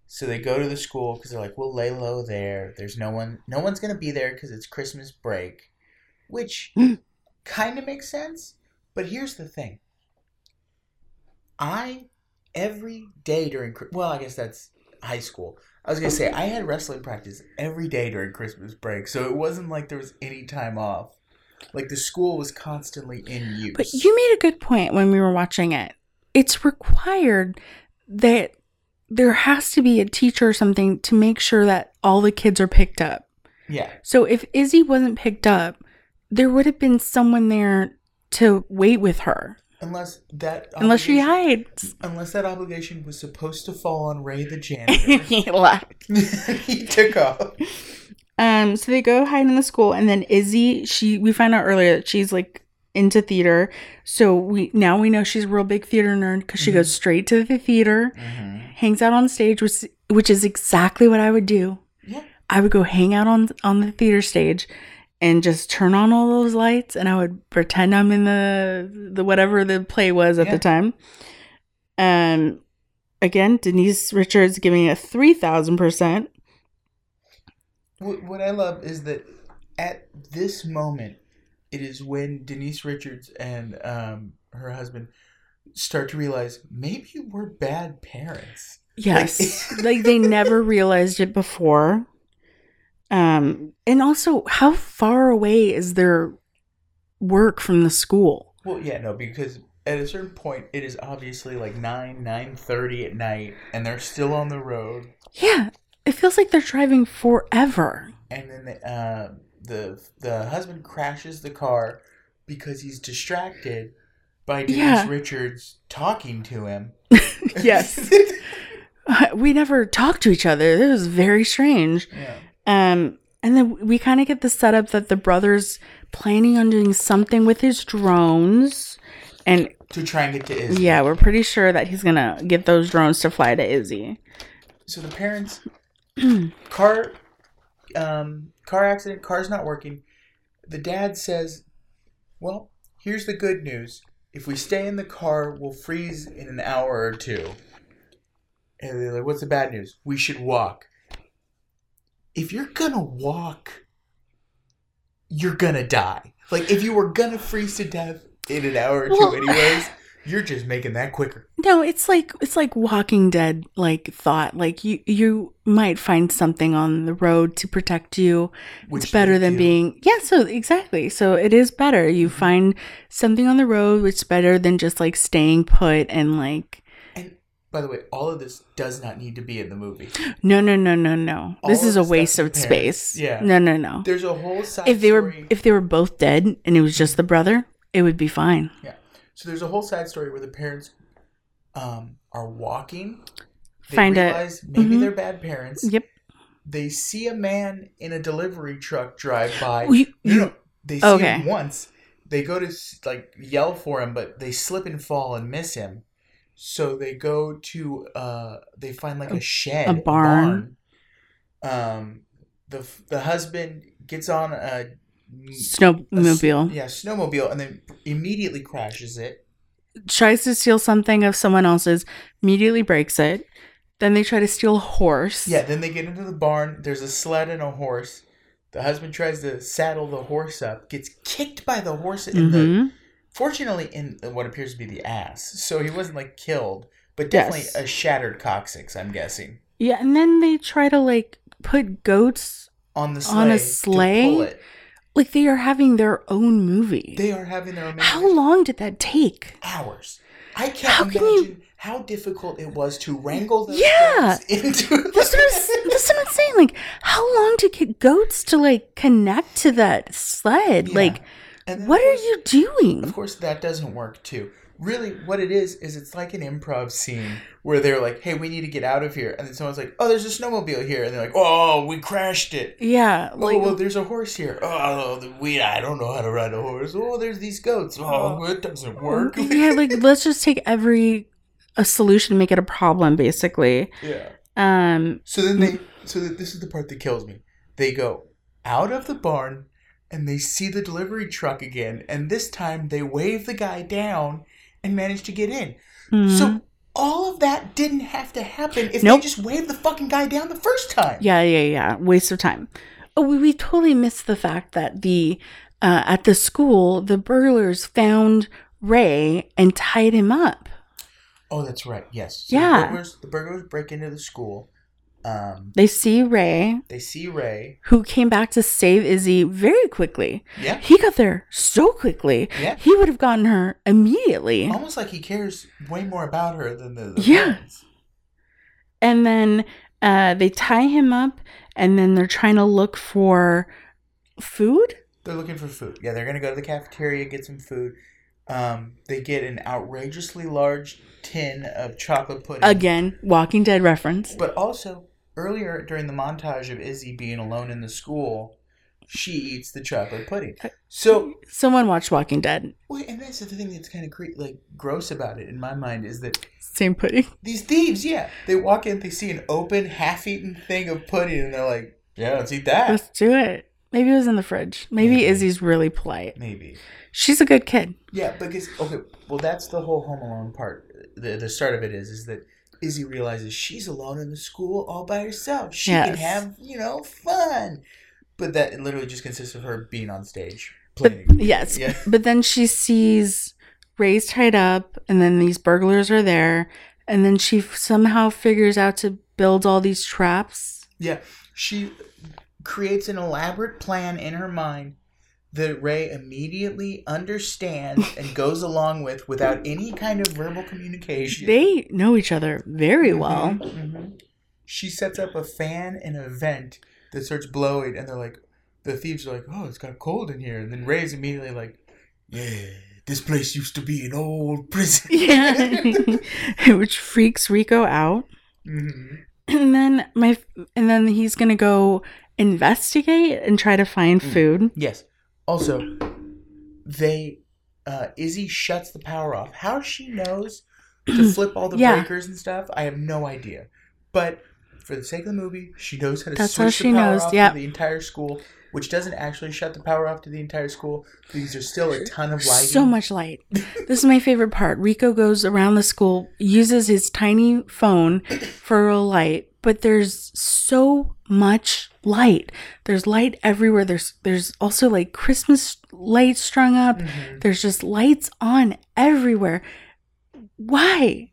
Speaker 1: So they go to the school because they're like, "We'll lay low there. There's no one. No one's gonna be there because it's Christmas break," which kind of makes sense. But here's the thing: I every day during Chri- well, I guess that's high school. I was gonna say I had wrestling practice every day during Christmas break, so it wasn't like there was any time off. Like the school was constantly in use.
Speaker 2: But you made a good point when we were watching it. It's required that there has to be a teacher or something to make sure that all the kids are picked up.
Speaker 1: yeah,
Speaker 2: So if Izzy wasn't picked up, there would have been someone there to wait with her,
Speaker 1: unless that
Speaker 2: unless she
Speaker 1: obligation-
Speaker 2: hides.
Speaker 1: unless that obligation was supposed to fall on Ray the janitor.
Speaker 2: Left.
Speaker 1: he took off.
Speaker 2: um, so they go hide in the school, and then Izzy, she we found out earlier that she's like into theater. So we now we know she's a real big theater nerd because she
Speaker 1: Mhm.
Speaker 2: goes straight to the theater. hangs out on stage, which which is exactly what I would do.
Speaker 1: Yeah.
Speaker 2: I would go hang out on on the theater stage and just turn on all those lights and I would pretend I'm in the the whatever the play was at
Speaker 1: Yeah.
Speaker 2: the time. Um again, Denise Richards giving it 3000%.
Speaker 1: What, what I love is that at this moment, it is when Denise Richards and um, her husband start to realize maybe we're bad parents.
Speaker 2: Yes. like they never realized it before. Um and also how far away is their work from the school?
Speaker 1: Well, yeah, no, because at a certain point, it is obviously like nine, nine thirty at night, and they're still on the road.
Speaker 2: Yeah, it feels like they're driving forever.
Speaker 1: and then the, uh, the the husband crashes the car because he's distracted by Denise
Speaker 2: Yeah.
Speaker 1: Richards talking to him.
Speaker 2: Yes. We never talked to each other. It was very strange.
Speaker 1: yeah.
Speaker 2: Um, and then we kind of get the setup that the brother's planning on doing something with his drones. And
Speaker 1: To try and get to Izzy.
Speaker 2: yeah, we're pretty sure that he's going to get those drones to fly to Izzy.
Speaker 1: So the parents car um car accident, car's not working. The dad says, "Well, here's the good news. If we stay in the car, we'll freeze in an hour or two. And they're like, "What's the bad news? We should walk." If you're going to walk, you're going to die. Like if you were going to freeze to death in an hour or two
Speaker 2: Well-
Speaker 1: anyways, you're just making that quicker.
Speaker 2: No, it's like it's like Walking Dead like thought. Like you you might find something on the road to protect you.
Speaker 1: which
Speaker 2: it's better
Speaker 1: they
Speaker 2: than
Speaker 1: do. Mm-hmm.
Speaker 2: being yeah so exactly so it is better you find something on the road which is better than just like staying put and like
Speaker 1: And By the way, all of this does not need to be in the movie.
Speaker 2: No, no, no, no, no.
Speaker 1: All
Speaker 2: this is a
Speaker 1: of the
Speaker 2: waste
Speaker 1: stuff
Speaker 2: of
Speaker 1: with
Speaker 2: space.
Speaker 1: parents. Yeah.
Speaker 2: No, no, no.
Speaker 1: There's a whole side
Speaker 2: if they were
Speaker 1: story.
Speaker 2: if they were both dead and it was just the brother, it would be fine.
Speaker 1: yeah. So there's a whole side story where the parents um, are walking. They
Speaker 2: Find a-
Speaker 1: realize maybe
Speaker 2: mhm.
Speaker 1: they're bad parents.
Speaker 2: Yep.
Speaker 1: They see a man in a delivery truck drive by.
Speaker 2: We-
Speaker 1: No, no, they see
Speaker 2: Okay.
Speaker 1: him once. They go to s- like yell for him, but they slip and fall and miss him. So they go to uh, they find like a, shed,
Speaker 2: a barn.
Speaker 1: barn. Um, the f- the husband gets on a
Speaker 2: snowmobile
Speaker 1: yeah snowmobile and then immediately crashes it.
Speaker 2: tries to steal something of someone else's, immediately breaks it. Then they try to steal a horse.
Speaker 1: Yeah, then they get into the barn. There's a sled and a horse. The husband tries to saddle the horse up, gets kicked by the horse in the
Speaker 2: hmm
Speaker 1: fortunately in what appears to be the ass so he wasn't like killed but definitely
Speaker 2: Yes.
Speaker 1: a shattered coccyx i'm guessing
Speaker 2: Yeah, and then they try to like put goats
Speaker 1: on the sleigh
Speaker 2: On a
Speaker 1: to pull
Speaker 2: sleigh?
Speaker 1: it.
Speaker 2: like they are having their own movie.
Speaker 1: they are having their own
Speaker 2: How long did that take?
Speaker 1: hours i can't
Speaker 2: How can you-
Speaker 1: imagine how difficult it was to wrangle those
Speaker 2: Yeah.
Speaker 1: goats into
Speaker 2: That's what, I'm, s- that's what I'm saying. Like, how long to get goats to like connect to that sled?
Speaker 1: Yeah.
Speaker 2: Like,
Speaker 1: And then,
Speaker 2: what
Speaker 1: of
Speaker 2: are
Speaker 1: course-
Speaker 2: you doing?
Speaker 1: of course that doesn't work too really what it is is it's like an improv scene where they're like hey we need to get out of here and then someone's like oh there's a snowmobile here and they're like oh we crashed it
Speaker 2: Yeah,
Speaker 1: Oh,
Speaker 2: like
Speaker 1: well, there's a horse here. Oh, the- we, I don't know how to ride a horse. Oh, there's these goats. Oh, it doesn't work.
Speaker 2: yeah, like let's just take every a solution, make it a problem, basically.
Speaker 1: yeah.
Speaker 2: Um,
Speaker 1: So then they, so th- this is the part that kills me. They go out of the barn and they see the delivery truck again. And this time they wave the guy down and manage to get in.
Speaker 2: mhm.
Speaker 1: So all of that didn't have to happen if
Speaker 2: Nope.
Speaker 1: they just waved the fucking guy down the first time.
Speaker 2: yeah, yeah, yeah, waste of time. Oh, we, we totally missed the fact that the uh, at the school the burglars found Ray and tied him up.
Speaker 1: Oh, that's right. Yes. So
Speaker 2: Yeah.
Speaker 1: The burglars, the burglars break into the school. Um,
Speaker 2: They see Ray,
Speaker 1: they see Ray.
Speaker 2: who came back to save Izzy very quickly.
Speaker 1: Yeah.
Speaker 2: He got there so quickly.
Speaker 1: Yeah. Oh.
Speaker 2: He would have gotten her immediately.
Speaker 1: almost like he cares way more about her than the, the
Speaker 2: Yeah.
Speaker 1: parents.
Speaker 2: And then uh, they tie him up, and then they're trying to look for food.
Speaker 1: They're looking for food. Yeah, they're gonna go to the cafeteria get some food. Um, they get an outrageously large tin of chocolate pudding.
Speaker 2: Again, Walking Dead reference.
Speaker 1: But also earlier during the montage of Izzy being alone in the school, she eats the chocolate pudding.
Speaker 2: Uh,
Speaker 1: So
Speaker 2: Someone watched Walking Dead.
Speaker 1: wait, and that's the thing that's kind of cre- like gross about it in my mind is that
Speaker 2: Same pudding.
Speaker 1: these thieves, yeah, they walk in, they see an open, half-eaten thing of pudding, and they're like, "Yeah, let's eat that."
Speaker 2: Let's do it. Maybe it was in the fridge. Maybe
Speaker 1: Maybe.
Speaker 2: Izzy's really polite.
Speaker 1: Maybe.
Speaker 2: She's a good kid.
Speaker 1: Yeah, because okay, well, that's the whole Home Alone part. The the start of it is is that Izzy realizes she's alone in the school all by herself. She can
Speaker 2: Yes.
Speaker 1: have you know fun, but that literally just consists of her being on stage
Speaker 2: But
Speaker 1: playing.
Speaker 2: yes,
Speaker 1: Yeah.
Speaker 2: but then she sees Ray's tied up, and then these burglars are there, and then she f- somehow figures out to build all these traps.
Speaker 1: Yeah, she creates an elaborate plan in her mind that Ray immediately understands and goes along with without any kind of verbal communication.
Speaker 2: They know each other very well.
Speaker 1: Mhm, mhm. She sets up a fan and a vent that starts blowing, and they're like, the thieves are like, oh, it's got cold in here. And then Ray's immediately like, yeah, this place used to be an old prison.
Speaker 2: Yeah, which freaks Rico out.
Speaker 1: Mhm.
Speaker 2: And then my, and then he's gonna go investigate and try to find
Speaker 1: Mm.
Speaker 2: food.
Speaker 1: Yes. Also, they, uh, Izzy shuts the power off. How she knows to flip all the
Speaker 2: Yeah.
Speaker 1: breakers and stuff, I have no idea. But for the sake of the movie, she knows how to
Speaker 2: That's how
Speaker 1: switch
Speaker 2: she
Speaker 1: the power
Speaker 2: knows,
Speaker 1: off
Speaker 2: yep.
Speaker 1: to the entire school, which doesn't actually shut the power off to the entire school. These are still a ton of lighting.
Speaker 2: So much light. this is my favorite part. Rico goes around the school, uses his tiny phone for a light, but there's so much light. There's light everywhere. There's there's also like Christmas lights strung up.
Speaker 1: Mhm.
Speaker 2: There's just lights on everywhere. Why?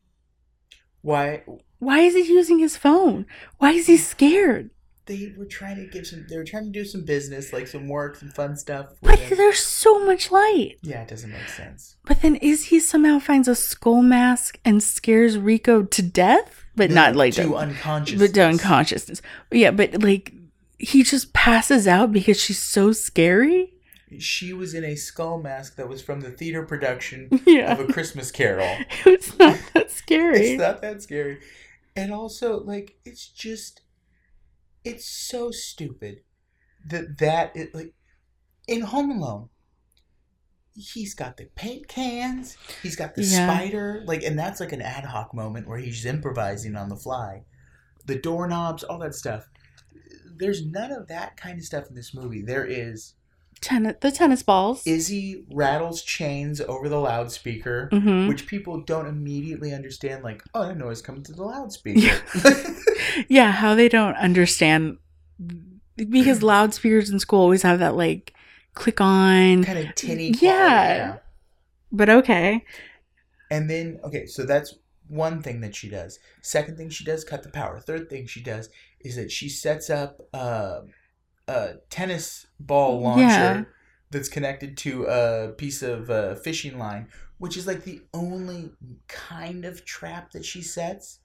Speaker 1: Why?
Speaker 2: Why is he using his phone? Why is he scared?
Speaker 1: they were trying to give some. They were trying to do some business, like some work, some fun stuff. with
Speaker 2: But
Speaker 1: him.
Speaker 2: there's so much light.
Speaker 1: yeah, it doesn't make sense.
Speaker 2: But then Izzy somehow finds a skull mask and scares Rico to death, but not like
Speaker 1: to
Speaker 2: to,
Speaker 1: unconscious,
Speaker 2: but to unconsciousness. Yeah, but like he just passes out because she's so scary.
Speaker 1: She was in a skull mask that was from the theater production of
Speaker 2: Yeah,
Speaker 1: a Christmas Carol.
Speaker 2: it's not that scary.
Speaker 1: It's not that scary. And also, like, it's just, it's so stupid that that it like in Home Alone. He's got the paint cans. He's got the
Speaker 2: Yeah.
Speaker 1: spider. Like, and that's like an ad hoc moment where he's improvising on the fly. The doorknobs, all that stuff. There's none of that kind of stuff in this movie. There is
Speaker 2: Tenni- the tennis balls.
Speaker 1: Izzy rattles chains over the loudspeaker
Speaker 2: hmm
Speaker 1: which people don't immediately understand. Like, oh, that noise comes through the loudspeaker.
Speaker 2: Yeah, how they don't understand because loudspeakers in school always have that like click on.
Speaker 1: kind of tinny. quality,
Speaker 2: Yeah. But okay,
Speaker 1: And then, okay, so that's one thing that she does. Second thing she does, cut the power. Third thing she does is that she sets up uh, a tennis ball launcher
Speaker 2: Yeah.
Speaker 1: that's connected to a piece of uh, fishing line, which is like the only kind of trap that she sets.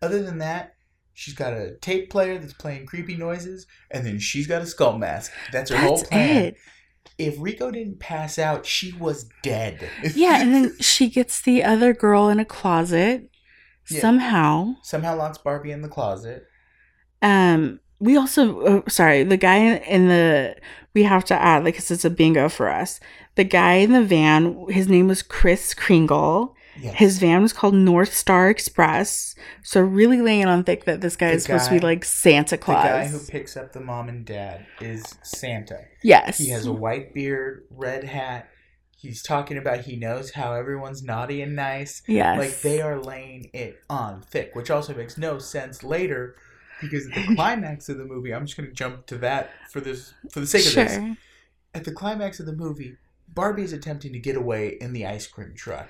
Speaker 1: Other than that, she's got a tape player that's playing creepy noises, and then she's got a skull mask. That's her whole
Speaker 2: that's
Speaker 1: plan.
Speaker 2: it.
Speaker 1: If Rico didn't pass out, she was dead.
Speaker 2: Yeah, and then she gets the other girl in a closet
Speaker 1: Yeah.
Speaker 2: somehow.
Speaker 1: somehow locks Barbie in the closet.
Speaker 2: Um, we also oh, sorry, the guy in the we have to add like 'cause it's a bingo for us. The guy in the van, his name was Chris Kringle.
Speaker 1: Yeah.
Speaker 2: His van was called North Star Express. So really laying it on thick that this guy
Speaker 1: The
Speaker 2: is supposed to be
Speaker 1: guy-
Speaker 2: like Santa
Speaker 1: The
Speaker 2: Claus.
Speaker 1: guy who picks up the mom and dad is Santa.
Speaker 2: yes.
Speaker 1: He has a white beard, red hat. He's talking about he knows how everyone's naughty and nice.
Speaker 2: yes.
Speaker 1: Like they are laying it on thick, which also makes no sense later because at the climax of the movie, I'm just going to jump to that for this for the sake of
Speaker 2: sure.
Speaker 1: this. At the climax of the movie, Barbie is attempting to get away in the ice cream truck.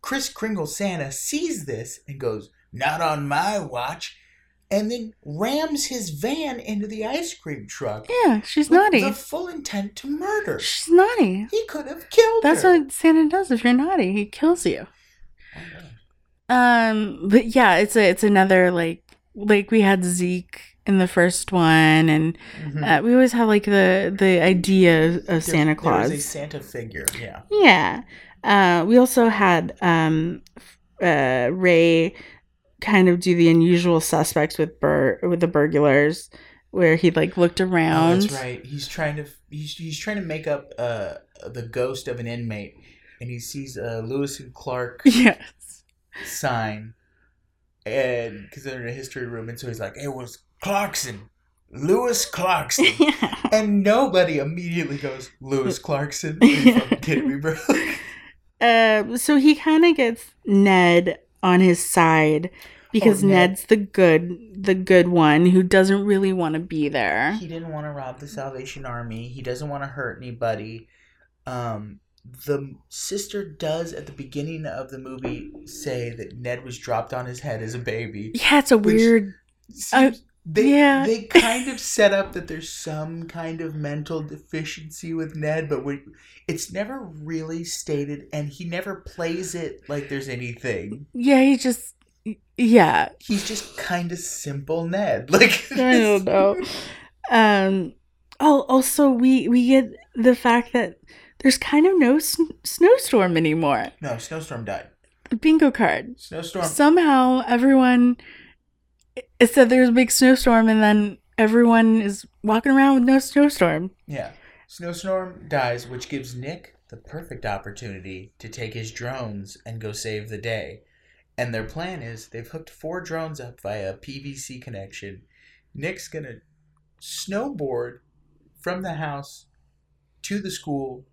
Speaker 1: Chris Kringle Santa sees this and goes, Not on my watch, and then rams his van into the ice cream truck.
Speaker 2: Yeah, she's
Speaker 1: with
Speaker 2: naughty.
Speaker 1: The full intent to murder.
Speaker 2: she's naughty.
Speaker 1: He could have killed
Speaker 2: That's
Speaker 1: her.
Speaker 2: what Santa does if you're naughty. He kills you.
Speaker 1: I know.
Speaker 2: Um, but yeah, it's a, it's another like like we had Zeke in the first one, and
Speaker 1: Mhm.
Speaker 2: uh, we always have like the the idea
Speaker 1: There-
Speaker 2: of Santa
Speaker 1: There
Speaker 2: Claus.
Speaker 1: was a Santa figure, yeah.
Speaker 2: yeah. Uh, we also had um, uh, Ray kind of do the unusual suspects with bur- with the burglars, where he like looked
Speaker 1: Oh,
Speaker 2: around.
Speaker 1: that's right. He's trying to he's, he's trying to make up uh, the ghost of an inmate, and he sees uh, Lewis and Clark
Speaker 2: Yes.
Speaker 1: sign, and because they're in a history room, and so he's like, "It was Clarkson, Lewis Clarkson,"
Speaker 2: yeah.
Speaker 1: and nobody immediately goes, "Lewis Clarkson." Are you fucking kidding me, bro?
Speaker 2: Uh, so he kind of gets Ned on his side because
Speaker 1: Oh, Ned.
Speaker 2: Ned's the good the good one who doesn't really want to be there.
Speaker 1: he didn't want to rob the Salvation Army. He doesn't want to hurt anybody. Um, the sister does at the beginning of the movie say that Ned was dropped on his head as a baby.
Speaker 2: Yeah, it's a
Speaker 1: Which-
Speaker 2: weird. Uh,
Speaker 1: Seems- they,
Speaker 2: yeah.
Speaker 1: they kind of set up that there's some kind of mental deficiency with Ned, but we, it's never really stated, and he never plays it like there's anything.
Speaker 2: Yeah, he just. Yeah,
Speaker 1: He's just kind of simple Ned. Like
Speaker 2: I don't know. Um. Oh, also we we get the fact that there's kind of no sn- snowstorm anymore.
Speaker 1: No, Snowstorm died.
Speaker 2: The bingo card.
Speaker 1: Snowstorm.
Speaker 2: Somehow everyone. It said there's a big snowstorm, and then everyone is walking around with no snowstorm.
Speaker 1: yeah, Snowstorm dies, which gives Nick the perfect opportunity to take his drones and go save the day. And their plan is they've hooked four drones up via a PVC connection. Nick's gonna snowboard from the house to the school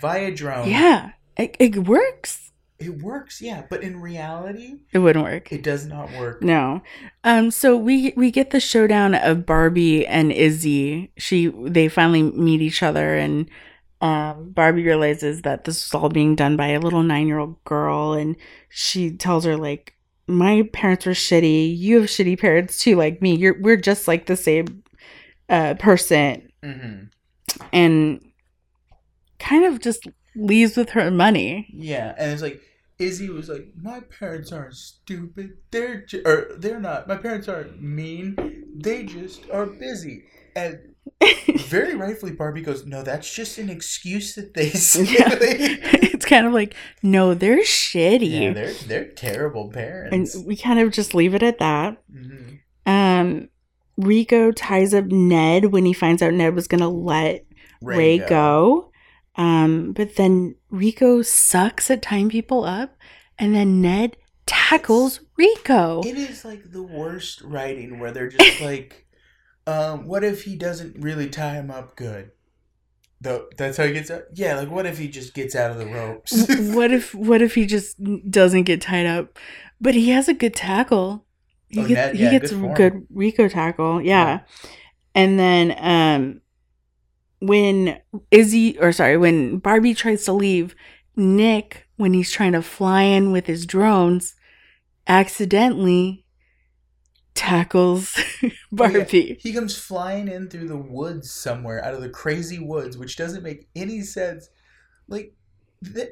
Speaker 1: via drone.
Speaker 2: Yeah, it, it works.
Speaker 1: It works, yeah, but in reality,
Speaker 2: It wouldn't work.
Speaker 1: it does not work.
Speaker 2: No. Um. So we we get the showdown of Barbie and Izzy. She they finally meet each other, and um, Barbie realizes that this is all being done by a little nine year old girl, and she tells her like, my parents were shitty. You have shitty parents too, like me. You're we're just like the same uh, person,
Speaker 1: Mm-hmm.
Speaker 2: and kind of just leaves with her money.
Speaker 1: Yeah, and it's like Izzy was like, "My parents aren't stupid. They're ju- or they're not. My parents aren't mean. They just are busy." And very rightfully, Barbie goes, "No, that's just an excuse that they say."
Speaker 2: Yeah.
Speaker 1: Yeah.
Speaker 2: it's kind of like no, they're shitty,
Speaker 1: they're they're terrible
Speaker 2: and
Speaker 1: parents.
Speaker 2: we kind of just leave it at that.
Speaker 1: hmm
Speaker 2: Um, Rico ties up Ned when he finds out Ned was gonna let Ray, go. Um, but then Rico sucks at tying people up, and then Ned tackles Rico.
Speaker 1: It is like the worst writing where they're just like, um, what if he doesn't really tie him up good? Though that's how he gets out. Yeah, like what if he just gets out of the ropes?
Speaker 2: what if what if he just doesn't get tied up? But he has a good tackle. He
Speaker 1: Oh,
Speaker 2: gets,
Speaker 1: Ned,
Speaker 2: he
Speaker 1: yeah,
Speaker 2: gets
Speaker 1: good
Speaker 2: a
Speaker 1: form.
Speaker 2: good Rico tackle.
Speaker 1: Yeah.
Speaker 2: Yeah. And then um when Izzy or sorry, when Barbie tries to leave, Nick, when he's trying to fly in with his drones, accidentally
Speaker 1: Oh,
Speaker 2: tackles Barbie.
Speaker 1: He comes flying in through the woods somewhere, out of the crazy woods, which doesn't make any sense. Like, th-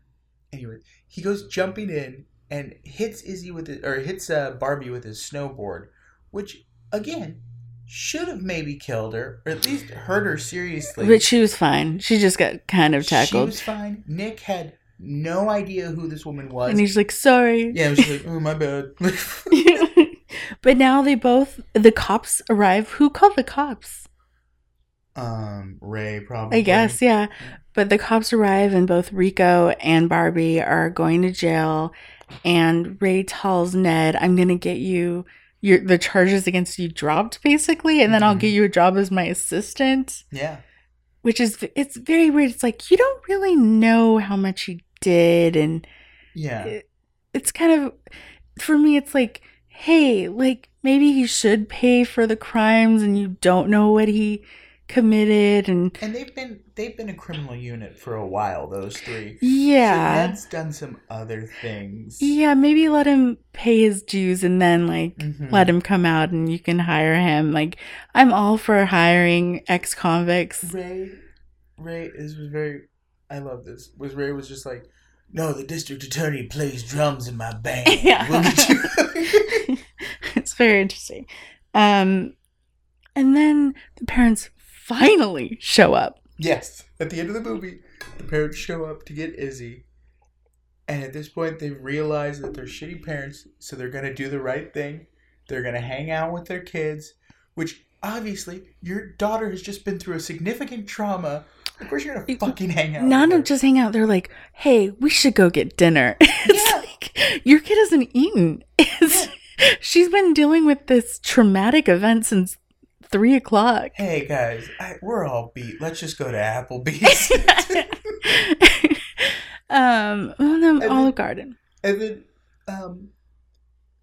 Speaker 1: anyway, he goes jumping in and hits Izzy with it, or hits uh, Barbie with his snowboard, which again should have maybe killed her, or at least hurt her seriously.
Speaker 2: But she was fine. She just got kind of
Speaker 1: She
Speaker 2: tackled.
Speaker 1: was fine. Nick had no idea who this woman was.
Speaker 2: and he's like, sorry.
Speaker 1: yeah, and she's like, oh my bad.
Speaker 2: but now they both the cops arrive. Who called the cops?
Speaker 1: um, Ray probably.
Speaker 2: I guess, yeah. But the cops arrive and both Rico and Barbie are going to jail and Ray tells Ned, I'm gonna get you your the charges against you dropped basically, and then I'll
Speaker 1: Mhm.
Speaker 2: get you a job as my assistant.
Speaker 1: Yeah.
Speaker 2: Which is it's very weird. It's like you don't really know how much he did and
Speaker 1: Yeah.
Speaker 2: it's kind of for me it's like hey like maybe he should pay for the crimes and you don't know what he committed and
Speaker 1: And they've been they've been a criminal unit for a while. Those three. So
Speaker 2: yeah
Speaker 1: Ned's done some other things.
Speaker 2: yeah maybe let him pay his dues and then like
Speaker 1: Mhm.
Speaker 2: let him come out and you can hire him like i'm all for hiring ex-convicts
Speaker 1: Ray, Ray, this was very. I love this. Was Ray was just like, no, the district attorney plays drums in my band.
Speaker 2: Yeah.
Speaker 1: We'll get you.
Speaker 2: it's very interesting um and then the parents finally show up
Speaker 1: Yes. At the end of the movie, the parents show up to get Izzy. And at this point, they realize that they're shitty parents, so they're going to do the right thing. They're going to hang out with their kids, which obviously your daughter has just been through a significant trauma. Of course, you're going to
Speaker 2: It-
Speaker 1: fucking hang out.
Speaker 2: Not
Speaker 1: with her.
Speaker 2: just hang out. They're like, hey, we should go get dinner. it's
Speaker 1: Yeah.
Speaker 2: like, your kid hasn't eaten. It's, She's been dealing with this traumatic event since three o'clock.
Speaker 1: Hey guys, I, we're all beat. Let's just go to Applebee's.
Speaker 2: um, well, no,
Speaker 1: then-
Speaker 2: Olive Garden.
Speaker 1: And then um,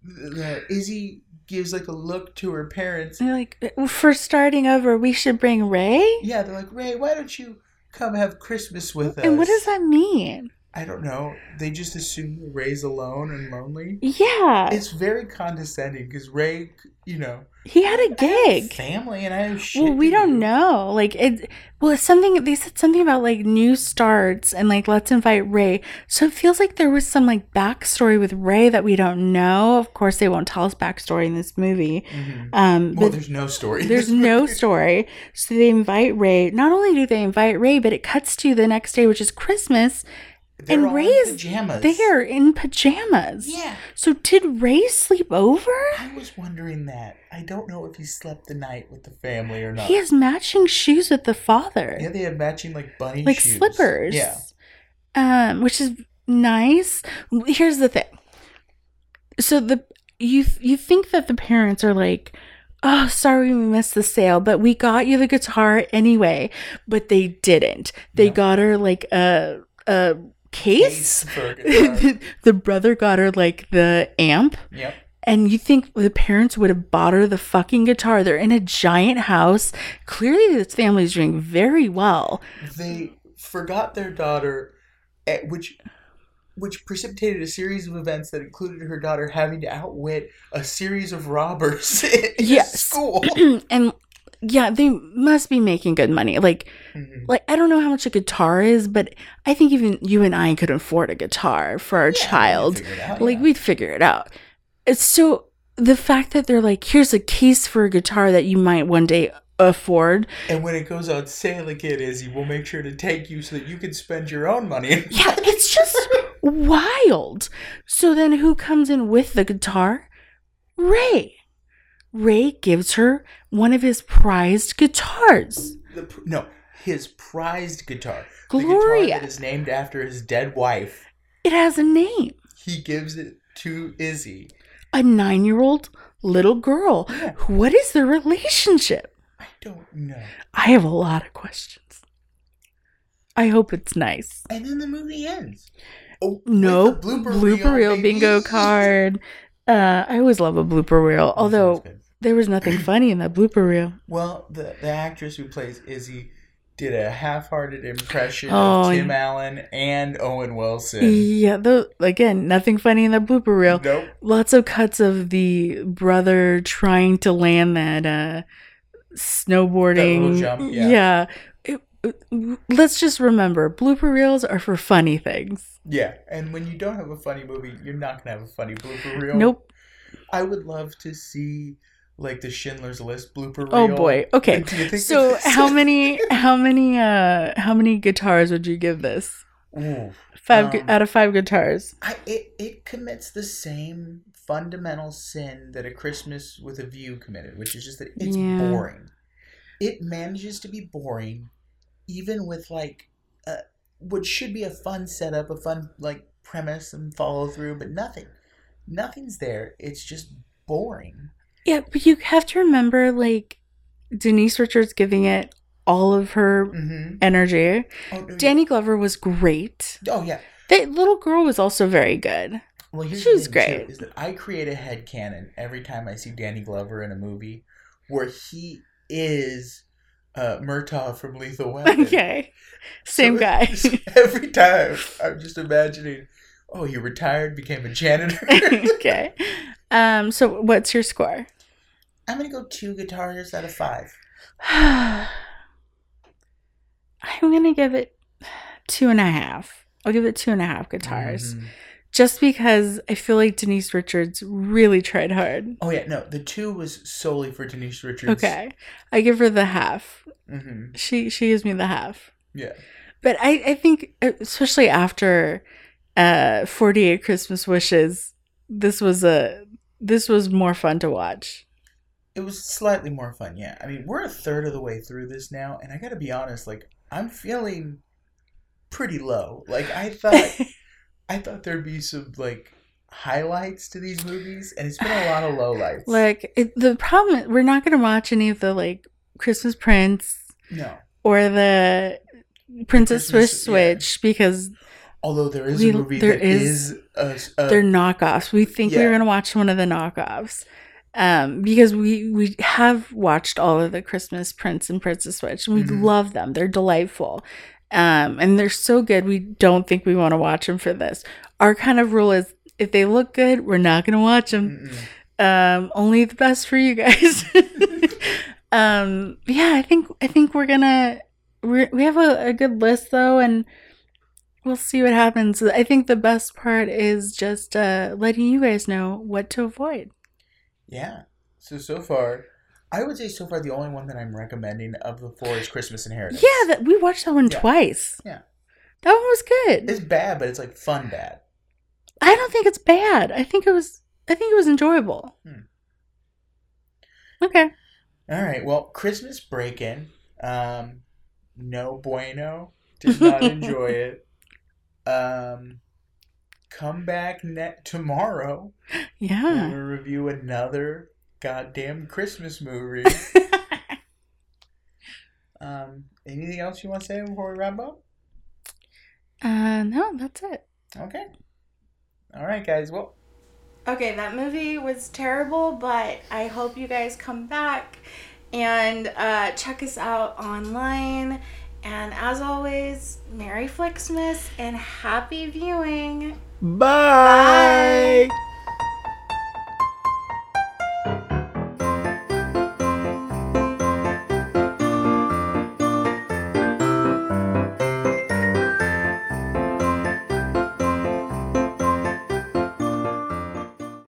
Speaker 1: the, the, Izzy gives like a look to her parents
Speaker 2: They're like, for starting over, we should bring Ray?
Speaker 1: Yeah, they're like, Ray, why don't you come have Christmas with us?
Speaker 2: And what does that mean?
Speaker 1: I don't know. They just assume that Ray's alone and lonely.
Speaker 2: Yeah,
Speaker 1: It's very condescending because Ray, you know,
Speaker 2: he had a gig.
Speaker 1: family, and I have shit.
Speaker 2: Well,
Speaker 1: to
Speaker 2: we
Speaker 1: do.
Speaker 2: don't know. Like it. Well, it's something they said something about like new starts and like let's invite Ray. So it feels like there was some like backstory with Ray that we don't know. Of course, they won't tell us backstory in this movie.
Speaker 1: Mhm.
Speaker 2: Um,
Speaker 1: Well,
Speaker 2: but
Speaker 1: there's no story.
Speaker 2: there's no story. So they invite Ray. Not only do they invite Ray, but it cuts to the next day, which is Christmas.
Speaker 1: They're
Speaker 2: and
Speaker 1: all in
Speaker 2: Ray is
Speaker 1: pajamas.
Speaker 2: They are in pajamas.
Speaker 1: Yeah,
Speaker 2: So did Ray sleep over?
Speaker 1: I was wondering that. I don't know if he slept the night with the family or not.
Speaker 2: He has matching shoes with the father.
Speaker 1: yeah, they had matching like bunny
Speaker 2: like
Speaker 1: shoes.
Speaker 2: slippers.
Speaker 1: Yeah.
Speaker 2: Um, which is nice. Here's the thing. So the you you think that the parents are like, "Oh, sorry we missed the sale, but we got you the guitar anyway." But they didn't. They
Speaker 1: No.
Speaker 2: got her like a a
Speaker 1: Ace
Speaker 2: case.
Speaker 1: for a guitar.
Speaker 2: the, the brother got her like the amp.
Speaker 1: yep.
Speaker 2: And you think the parents would have bought her the fucking guitar? They're in a giant house. Clearly, this family's doing very well.
Speaker 1: they forgot their daughter, at which which precipitated a series of events that included her daughter having to outwit a series of robbers in
Speaker 2: Yes.
Speaker 1: school.
Speaker 2: and yeah, they must be making good money. Like,
Speaker 1: Mhm.
Speaker 2: like I don't know how much a guitar is, but I think even you and I could afford a guitar for our
Speaker 1: Yeah, we
Speaker 2: child.
Speaker 1: figured it out,
Speaker 2: like
Speaker 1: yeah.
Speaker 2: we'd figure it out. It's so the fact that they're like, here's a case for a guitar that you might one day afford.
Speaker 1: And when it goes on sale again, Izzy, we'll make sure to take you so that you can spend your own money.
Speaker 2: Yeah, it's just wild. So then who comes in with the guitar? Ray. Ray gives her one of his prized guitars.
Speaker 1: The, pr- no, his prized guitar. The
Speaker 2: Gloria.
Speaker 1: guitar that is named after his dead wife.
Speaker 2: It has a name.
Speaker 1: He gives it to Izzy.
Speaker 2: A nine year old little girl.
Speaker 1: Yeah.
Speaker 2: What is the relationship?
Speaker 1: I don't know.
Speaker 2: I have a lot of questions. I hope it's nice.
Speaker 1: And then the movie ends. Oh, with
Speaker 2: No
Speaker 1: the
Speaker 2: blooper, reel,
Speaker 1: baby.
Speaker 2: bingo card. Uh, I always love a blooper reel,
Speaker 1: That
Speaker 2: although
Speaker 1: sounds good.
Speaker 2: there was nothing funny in that blooper reel.
Speaker 1: Well, the, the actress who plays Izzy did a half hearted impression
Speaker 2: Oh,
Speaker 1: of Tim Allen and Owen Wilson.
Speaker 2: Yeah, though again, nothing funny in that blooper reel.
Speaker 1: Nope.
Speaker 2: Lots of cuts of the brother trying to land that uh, snowboarding.
Speaker 1: That little jump, yeah.
Speaker 2: It- it- let's just remember, blooper reels are for funny things.
Speaker 1: Yeah. And when you don't have a funny movie, you're not going to have a funny blooper reel.
Speaker 2: Nope.
Speaker 1: I would love to see like the Schindler's List blooper reel.
Speaker 2: Oh boy. Okay.
Speaker 1: Like, do you think
Speaker 2: So
Speaker 1: this-
Speaker 2: how many how many uh how many guitars would you give this?
Speaker 1: Ooh.
Speaker 2: Five gu-
Speaker 1: Um,
Speaker 2: out of five guitars.
Speaker 1: I, it, it commits the same fundamental sin that A Christmas with a View committed, which is just that it's
Speaker 2: Yeah.
Speaker 1: boring. It manages to be boring, even with like, uh, what should be a fun setup, a fun like premise and follow through, but nothing. Nothing's there. It's just boring.
Speaker 2: Yeah, but you have to remember like Denise Richards giving it all of her
Speaker 1: Mm-hmm.
Speaker 2: energy.
Speaker 1: Oh, no, yeah.
Speaker 2: Danny Glover was great.
Speaker 1: Oh yeah.
Speaker 2: That little girl was also very good.
Speaker 1: Well, here's
Speaker 2: She
Speaker 1: the
Speaker 2: was
Speaker 1: thing,
Speaker 2: great.
Speaker 1: Too, is that I create a head canon every time I see Danny Glover in a movie where he is uh, Murtaugh from Lethal Weapon.
Speaker 2: Okay. Same
Speaker 1: So
Speaker 2: guy.
Speaker 1: it's- Every time I'm just imagining, oh, he retired, became a janitor.
Speaker 2: okay. Um so what's your score?
Speaker 1: I'm gonna go two guitars out of five.
Speaker 2: I'm gonna give it two and a half. I'll give it two and a half guitars.
Speaker 1: Mhm.
Speaker 2: Just because I feel like Denise Richards really tried hard.
Speaker 1: Oh yeah, no, the two was solely for Denise Richards.
Speaker 2: Okay. I give her the half.
Speaker 1: hmm
Speaker 2: She she gives me the half.
Speaker 1: Yeah.
Speaker 2: But I, I think uh, especially after uh 48 Christmas wishes, this was a this was more fun to watch.
Speaker 1: It was slightly more fun, yeah. I mean, we're a third of the way through this now, and I gotta be honest, like, I'm feeling pretty low. Like, I thought, I thought there'd be some, like, highlights to these movies, and it's been a lot of lowlights.
Speaker 2: like it, the problem is we're not going to watch any of the like Christmas Prince
Speaker 1: no.
Speaker 2: or the Princess Swiss
Speaker 1: Christmas- yeah.
Speaker 2: Switch because
Speaker 1: Although there is
Speaker 2: We-
Speaker 1: a movie
Speaker 2: there
Speaker 1: that
Speaker 2: is-
Speaker 1: is, a, a-
Speaker 2: they're knockoffs. We think we
Speaker 1: Uh, yeah.
Speaker 2: were gonna watch one of the knockoffs. Um, because we we have watched all of the Christmas Prince and Princess Switch and we
Speaker 1: Mhm.
Speaker 2: love them. They're delightful. Um, and they're so good we don't think we want to watch them for this. Our kind of rule is if they look good, we're not gonna watch them.
Speaker 1: Mm-mm.
Speaker 2: Um, only the best for you guys. um, yeah, I think I think we're gonna we're, we have a, a good list though, and we'll see what happens. I think the best part is just uh, letting you guys know what to avoid.
Speaker 1: Yeah. So so far, I would say so far the only one that I'm recommending of the four is Christmas Inheritance.
Speaker 2: Yeah, that we watched that one
Speaker 1: Yeah.
Speaker 2: twice.
Speaker 1: Yeah.
Speaker 2: that one was good.
Speaker 1: it's bad, but it's like fun bad.
Speaker 2: I don't think it's bad. I think it was. I think it was enjoyable.
Speaker 1: Hmm.
Speaker 2: Okay.
Speaker 1: All right. Well, Christmas break in. Um, no bueno. Did not enjoy it. Um, come back net tomorrow. We're
Speaker 2: Yeah.
Speaker 1: gonna review another goddamn Christmas movie. um, anything else you want to say before we wrap up?
Speaker 2: uh, no, that's it.
Speaker 1: Okay. All right, guys. Well,
Speaker 2: Okay, that movie was terrible, but I hope you guys come back and uh, check us out online. And as always, Merry Flixmas and happy viewing. Bye.
Speaker 1: Bye.